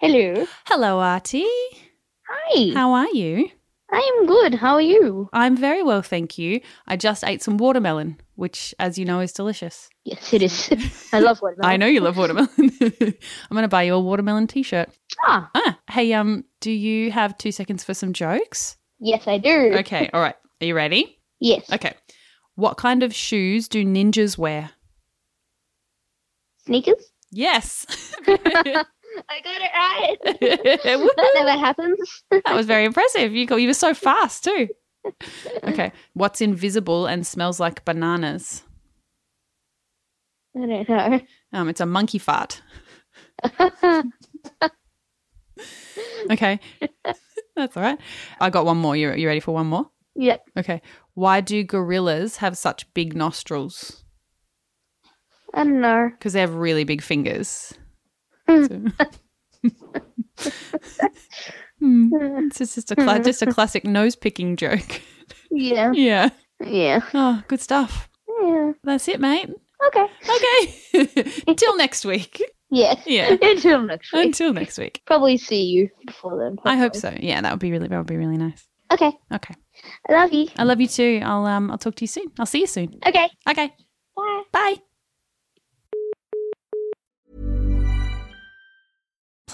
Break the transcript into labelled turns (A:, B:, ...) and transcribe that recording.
A: Hello.
B: Hello, Artie.
A: Hi.
B: How are you?
A: I am good. How are you?
B: I'm very well, thank you. I just ate some watermelon, which, as you know, is delicious.
A: Yes, it is. I love watermelon.
B: I know you love watermelon. I'm going to buy you a watermelon t-shirt.
A: Ah,
B: Ah, hey, um, do you have two seconds for some jokes?
A: yes, I do.
B: Okay, all right. Are you ready?
A: Yes.
B: Okay. What kind of shoes do ninjas wear?
A: Sneakers?
B: Yes.
A: I got it right.
B: Woohoo.
A: that never happens.
B: That was very impressive. You got, you were so fast too. Okay. What's invisible and smells like bananas?
A: I don't know.
B: Um, it's a monkey fart. Okay. That's all right. I got one more. You, you ready for one more?
A: yep.
B: Okay. Why do gorillas have such big nostrils?
A: I don't know.
B: Because they have really big fingers. So- Hmm. It's just just a, cla- just a classic nose picking joke.
A: Yeah.
B: yeah.
A: Yeah.
B: Oh, good stuff.
A: Yeah.
B: That's it, mate.
A: Okay.
B: Okay. Till next week.
A: Yes.
B: Yeah.
A: Until next week.
B: Until next week.
A: Probably see you before then.
B: I hope so. Yeah, that would be really that would be really nice.
A: Okay.
B: Okay.
A: I love you.
B: I love you too. I'll um I'll talk to you soon. I'll see you soon.
A: Okay.
B: Okay.
A: Bye.
B: Bye.